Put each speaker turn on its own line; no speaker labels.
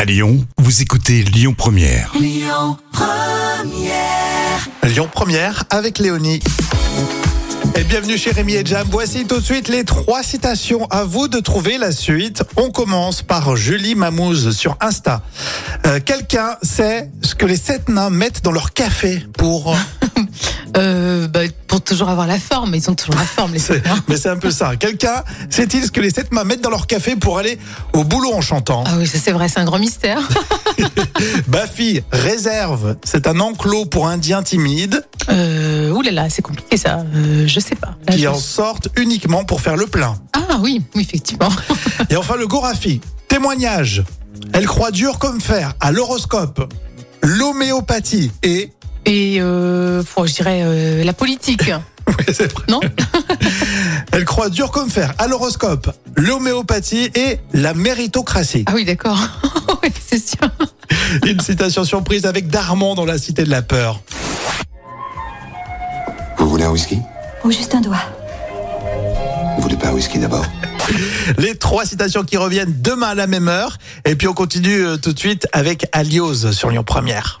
À Lyon, vous écoutez Lyon Première.
Lyon Première avec Léonie. Et bienvenue chez Rémi et Jam. Voici tout de suite les trois citations. À vous de trouver la suite. On commence par Julie Mamouze sur Insta. Euh, Quelqu'un sait ce que les sept nains mettent dans leur café pour.
Euh, bah, pour toujours avoir la forme, ils ont toujours la forme les
C'est-
copains.
Mais c'est un peu ça. Quelqu'un sait-il ce que les sept nains mettent dans leur café pour aller au boulot en chantant
Ah oui, ça c'est vrai, c'est un grand mystère.
Bafi réserve. C'est un enclos pour indiens timides
Euh, ouh là là, c'est compliqué ça. Euh, je sais pas. Là,
qui
je-
en sortent uniquement pour faire le plein.
Ah oui, oui, effectivement.
Et enfin le Gorafi. Témoignage. Elle croit dur comme fer à l'horoscope, l'homéopathie et...
Et euh, pour, je dirais euh, la politique,
Oui, c'est vrai.
non
Elle croit dur comme fer à l'horoscope, l'homéopathie et la méritocratie.
Ah oui, d'accord. Oui, c'est sûr.
Une citation surprise avec Darman dans La Cité de la Peur.
Vous voulez un whisky
Ou juste un doigt.
Vous voulez pas un whisky d'abord
Les trois citations qui reviennent demain à la même heure. Et puis on continue euh, tout de suite avec Alioz sur Lyon Première.